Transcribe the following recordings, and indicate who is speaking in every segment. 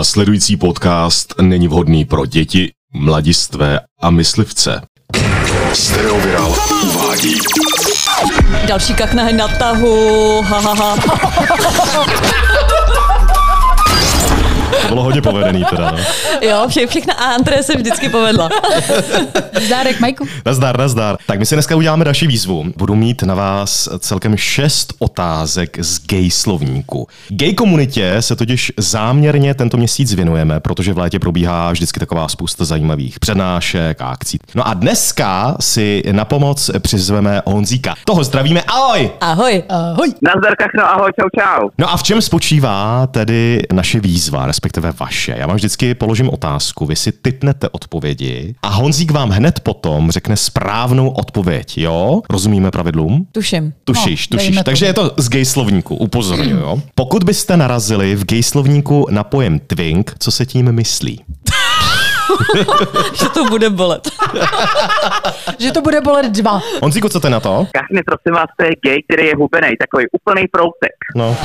Speaker 1: Následující podcast není vhodný pro děti, mladistvé a myslivce.
Speaker 2: Stereoviral uvádí
Speaker 3: Další kachna na tahu. Ha, ha, ha.
Speaker 1: To bylo hodně povedený teda. No.
Speaker 3: Jo, vše, všechna a André se vždycky povedla.
Speaker 4: Zdárek, Majku.
Speaker 1: Nazdar, nazdar. Tak my si dneska uděláme další výzvu. Budu mít na vás celkem šest otázek z gay slovníku. Gay komunitě se totiž záměrně tento měsíc věnujeme, protože v létě probíhá vždycky taková spousta zajímavých přednášek a akcí. No a dneska si na pomoc přizveme Honzíka. Toho zdravíme, ahoj!
Speaker 3: Ahoj.
Speaker 4: Ahoj.
Speaker 5: Nazdar kachno, ahoj, čau, čau.
Speaker 1: No a v čem spočívá tedy naše výzva, respektive vaše? Já vám vždycky položím otázku, vy si typnete odpovědi a Honzík vám hned potom řekne správnou odpověď, jo? Rozumíme pravidlům?
Speaker 3: Tuším.
Speaker 1: Tušíš,
Speaker 4: No,
Speaker 1: tušíš.
Speaker 4: dejme
Speaker 1: Takže je to z gay slovníku, upozorňuju, jo? Pokud byste narazili v gay slovníku na pojem twink, co se tím myslí?
Speaker 3: Že to bude bolet.
Speaker 4: Že to bude bolet dva.
Speaker 1: Honzíku, co ty na to?
Speaker 5: Kachny, prosím vás, to je gay, který je hubený, takový úplný proutek.
Speaker 1: No.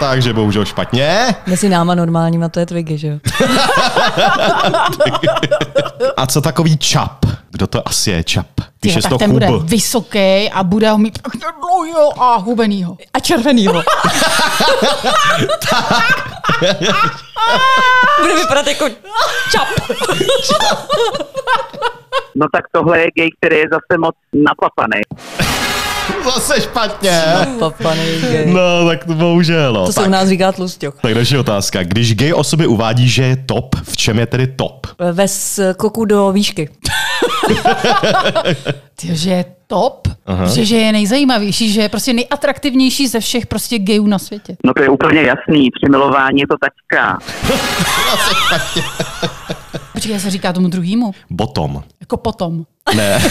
Speaker 1: Takže bohužel špatně.
Speaker 3: Mezi náma normálníma to je Twiggy, že jo?
Speaker 1: A co takový čap? Kdo to asi je čap? Když
Speaker 4: Tyjo,
Speaker 1: je to
Speaker 4: tak ten bude
Speaker 1: chub.
Speaker 4: vysoký a bude ho mít takhle dlouho a hubenýho.
Speaker 3: A červenýho. bude vypadat jako čap.
Speaker 5: No tak tohle je gay, který je zase moc napapaný.
Speaker 1: Zase špatně.
Speaker 3: Papanej
Speaker 1: No, tak to bohužel. No.
Speaker 3: To se u
Speaker 1: Tak.
Speaker 3: nás říká tlustěch.
Speaker 1: tak další otázka. Když gay osoby uvádí, že je top, v čem je tedy top?
Speaker 3: Ve skoku do výšky.
Speaker 4: Ty, že je top, Aha. Že, že je nejzajímavější, že je prostě nejatraktivnější ze všech prostě gejů na světě.
Speaker 5: No to je úplně jasný, při milování je to tačka.
Speaker 4: Počkej, jak se říká tomu druhýmu?
Speaker 1: Bottom.
Speaker 4: Jako potom.
Speaker 1: Ne,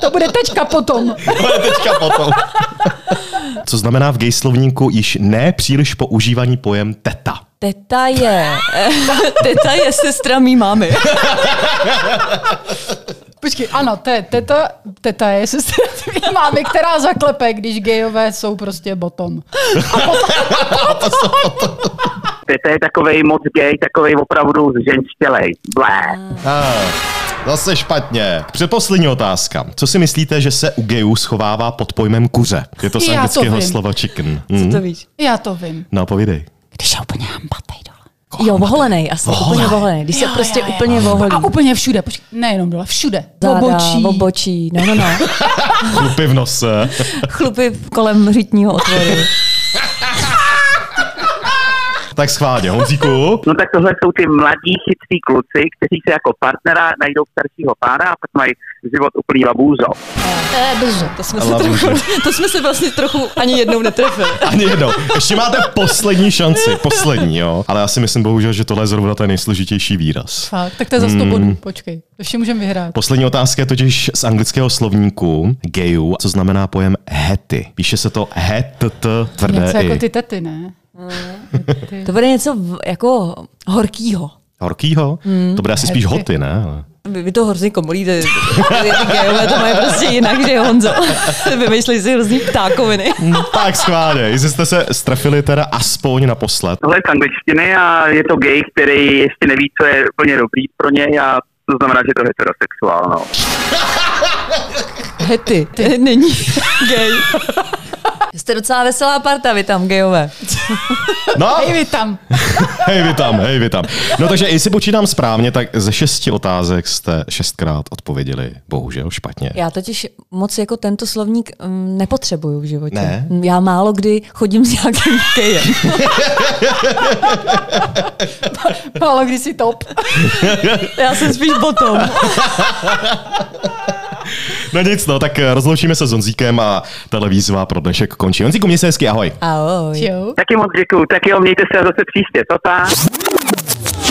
Speaker 4: To bude tečka potom.
Speaker 1: to je teďka potom. Co znamená v gay slovníku již ne příliš používaný pojem teta?
Speaker 3: Teta je. Teta je sestra mý mámy.
Speaker 4: Počkej, ano, te, teta, teta je sestra tvý mámy, která zaklepe, když gejové jsou prostě potom.
Speaker 5: Teta je takovej moc gay, takovej opravdu zženštělej. Blé.
Speaker 1: Ah, zase špatně. Předposlední otázka. Co si myslíte, že se u gayů schovává pod pojmem kuře? Je to z
Speaker 4: Já to
Speaker 1: anglického
Speaker 4: vím.
Speaker 1: slova chicken. Mm.
Speaker 3: To víš.
Speaker 4: Já to vím.
Speaker 1: No, povídej.
Speaker 4: Když je úplně hambatej dole.
Speaker 3: Jo, voholenej, asi úplně voholenej. Když se
Speaker 4: Jo,
Speaker 3: prostě
Speaker 4: jo, jo.
Speaker 3: úplně voholí.
Speaker 4: A úplně všude, počkej, nejenom dole, všude.
Speaker 3: Záda,
Speaker 4: Obočí.
Speaker 3: obočí, no, no, no.
Speaker 1: Chlupy v nose.
Speaker 3: Chlupy kolem řitního otvoru.
Speaker 1: tak schválně, Honzíku.
Speaker 5: No tak tohle jsou ty mladí chytří kluci, kteří se jako partnera najdou staršího pára a pak mají život úplný labůzo.
Speaker 4: Eh, blbě.
Speaker 3: To jsme, se
Speaker 1: Love you.
Speaker 3: trochu, to jsme se vlastně trochu ani jednou netrefili.
Speaker 1: Ani jednou. Ještě máte poslední šanci. Poslední, jo. Ale já si myslím bohužel, že tohle je zrovna ten nejsložitější výraz.
Speaker 4: Fakt, tak to je za 100 bodů, počkej. Ještě můžeme vyhrát.
Speaker 1: Poslední otázka je totiž z anglického slovníku gayů, co znamená pojem hety. Píše se to het, t, tvrdé
Speaker 4: Něco
Speaker 1: i.
Speaker 4: jako ty tety, ne?
Speaker 3: To bude něco v- jako horkýho.
Speaker 1: Horkýho? Hmm. To bude asi spíš
Speaker 4: Hety.
Speaker 1: hoty, ne? Ale-
Speaker 3: Vy, vy to hrozně komolíte. Ty gejové to mají prostě jinak, že jo, Honzo. Vymýšlí si hrozný ptákoviny.
Speaker 1: No tak schválně, jestli jste se strefili teda aspoň naposled.
Speaker 5: Tohle je z angličtiny a je to gay, který ještě neví, co je úplně dobrý pro něj a to znamená, že je to heterosexuál, no.
Speaker 3: Hety, ty není gej. Jste docela veselá parta, vy tam gejové.
Speaker 1: No,
Speaker 4: Hej, vy tam.
Speaker 1: hej vy tam, hej vy tam. No takže, jestli počítám správně, tak ze šesti otázek jste šestkrát odpověděli, bohužel špatně.
Speaker 3: Já totiž moc jako tento slovník mm, nepotřebuju v životě.
Speaker 1: Ne?
Speaker 3: Já málo kdy chodím s nějakým gejem.
Speaker 4: Málo kdy si top.
Speaker 3: Já jsem spíš potom.
Speaker 1: No nic, no, tak eh, rozloučíme se s Honzíkem a tahle výzva pro dnešek končí. Honzíku, měj se hezky, ahoj.
Speaker 3: Ahoj.
Speaker 4: Jo.
Speaker 5: Taky moc děkuju, tak jo, mějte se a zase příště, to pa.